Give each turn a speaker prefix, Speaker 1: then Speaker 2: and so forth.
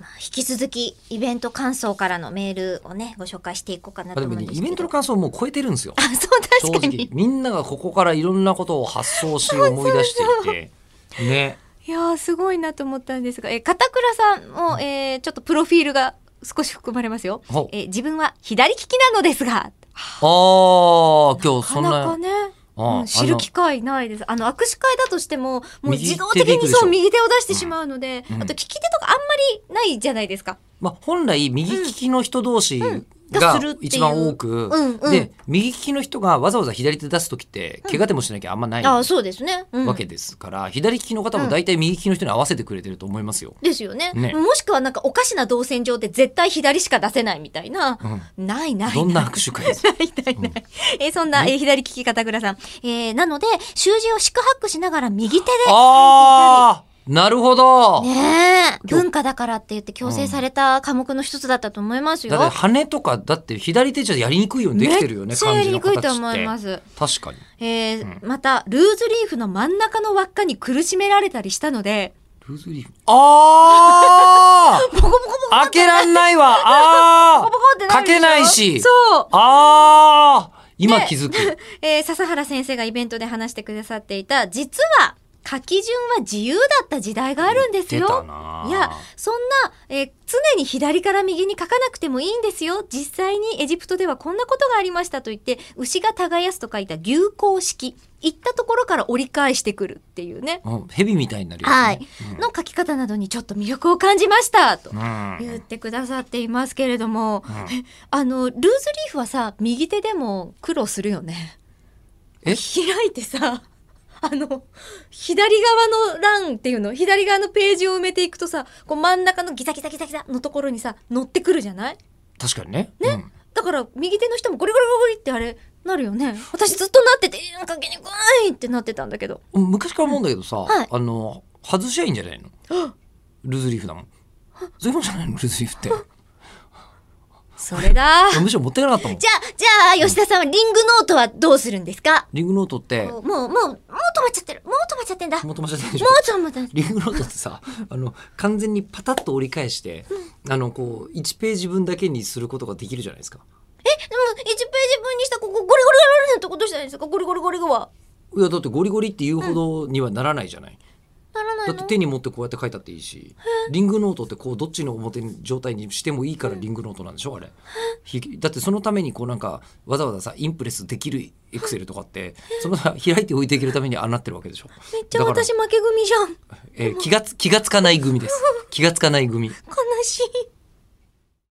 Speaker 1: まあ引き続きイベント感想からのメールをねご紹介していこうかな
Speaker 2: あ
Speaker 1: と
Speaker 2: で
Speaker 1: 思
Speaker 2: も
Speaker 1: うん
Speaker 2: ね
Speaker 1: ですけど
Speaker 2: イベントの感想をもう超えてるんですよ
Speaker 1: あそう
Speaker 2: 正
Speaker 1: 確か
Speaker 2: 直
Speaker 1: に
Speaker 2: みんながここからいろんなことを発想し思い 出していてね
Speaker 1: いやーすごいなと思ったんですがえ片倉さんも、えーちょっとプロフィールが少し含まれますよ
Speaker 2: ほう
Speaker 1: えー自分は左利きなのですが
Speaker 2: あー今日
Speaker 1: な
Speaker 2: そ
Speaker 1: ん
Speaker 2: な
Speaker 1: かなかね、
Speaker 2: あ
Speaker 1: うん
Speaker 2: あ
Speaker 1: 知る機会ないですあの握手会だとしてももう
Speaker 2: 右手
Speaker 1: 自動的
Speaker 2: でいく
Speaker 1: に
Speaker 2: でしょ
Speaker 1: そう右手を出してしまうので、
Speaker 2: うんうん
Speaker 1: あと利き手とかあんまりないじゃないですか
Speaker 2: まあ、本来右利きの人同士
Speaker 1: が
Speaker 2: が
Speaker 1: するっていう
Speaker 2: 一番多く、
Speaker 1: うんうん
Speaker 2: で右利きの人がわざわざ左手出す時って怪我でもしなきゃあんまない
Speaker 1: ああ
Speaker 2: わ
Speaker 1: そうですね、うん
Speaker 2: けですから、左利きの方も大体右利きの人に合わせてくれてると思いますよ。
Speaker 1: ですよね
Speaker 2: ね
Speaker 1: もしくはなんかおかしな動線上で絶対左しか出せないみたいな、
Speaker 2: うん
Speaker 1: ないない
Speaker 2: どんな握手 会ですか
Speaker 1: ないないない。えーそんな、えー左利き片倉さん。えーなので、習字を四苦八苦しながら右手で。
Speaker 2: あーなるほど、
Speaker 1: ねえ。文化だからって言って強制された科目の一つだったと思いますよ。
Speaker 2: だって羽とかだって左手じゃやりにくいようにできてるよ
Speaker 1: め
Speaker 2: ね
Speaker 1: っちゃや
Speaker 2: 漢字
Speaker 1: り
Speaker 2: の
Speaker 1: にく
Speaker 2: 形
Speaker 1: い
Speaker 2: って
Speaker 1: と思います。
Speaker 2: 確かに
Speaker 1: えーまた、ルーズリーフの真ん中の輪っかに苦しめられたりしたので、
Speaker 2: ルーズリーフあ
Speaker 1: ボコボコボコ
Speaker 2: あ開けらんないわあ
Speaker 1: ボコって
Speaker 2: あ
Speaker 1: な
Speaker 2: 書
Speaker 1: るでしょ
Speaker 2: けないし
Speaker 1: そう。
Speaker 2: ああ今気づく、
Speaker 1: えー笹原先生がイベントで話してくださっていた、実は、書き順は自由だった時代があるんです
Speaker 2: 出
Speaker 1: よ。
Speaker 2: たないい
Speaker 1: や、そんな、えー常に左から右に書かなくてもいいんですよ。実際にエジプトではこんなことがありましたと言って、牛が耕すと書いた牛耕式。行ったところから折り返してくるっていうね。
Speaker 2: うん、蛇みたいになるよ、ね。
Speaker 1: はい。の書き方などにちょっと魅力を感じましたと
Speaker 2: うん。
Speaker 1: 言ってくださっていますけれども、
Speaker 2: ん
Speaker 1: えあの、ルーズリーフはさ、右手でも苦労するよね。
Speaker 2: え
Speaker 1: 開いてさ、 あの、左側の欄っていうの、左側のページを埋めていくとさ、こう真ん中のギザギザギザギザのところにさ、乗ってくるじゃない
Speaker 2: 確かにね。
Speaker 1: ね
Speaker 2: うん
Speaker 1: だから、右手の人もゴリゴリゴリゴリってあれ、なるよね。私ずっとなってて、なんか書きにくいってなってたんだけど。
Speaker 2: 昔から思うんだけどさ、
Speaker 1: はい
Speaker 2: あの外しゃいいんじゃないの？ルーズリーフだもん。そういうもんじゃないのルーズリーフって。
Speaker 1: そ れだ。じゃ
Speaker 2: むしろ持ってかなかったもん
Speaker 1: あ。、じゃあ、吉田さんはリングノートはどうするんですか
Speaker 2: リングノートって
Speaker 1: もう、もう、もう、もう止まっちゃってる。もう止まっちゃってんだ。もう
Speaker 2: もともとじゃないでしょ。
Speaker 1: 止まっちゃってる。
Speaker 2: リングノートってさ、あの完全にパタッと折り返して、あのこう一ページ分だけにすることができるじゃないですか。
Speaker 1: でも、1ページ分にしたここゴリゴリゴリなんてことしたいんですかゴリゴリゴリゴは。
Speaker 2: いやだってゴリゴリって言うほどにはならないじゃない。
Speaker 1: ならない
Speaker 2: だっ
Speaker 1: の
Speaker 2: て手に持ってこうやって書いたっていいしリングノートってこうどっちの表に状態にしてもいいからリングノートなんでしょあれひだってそのためにこうなんかわざわざさインプレスできるエクセルとかってその開いて置いていけるためにああなってるわけでしょ
Speaker 1: めっちゃ
Speaker 2: だから
Speaker 1: 私負け組じゃん。
Speaker 2: えー気がつ気がつかない組です気がつかない組
Speaker 1: 悲しい。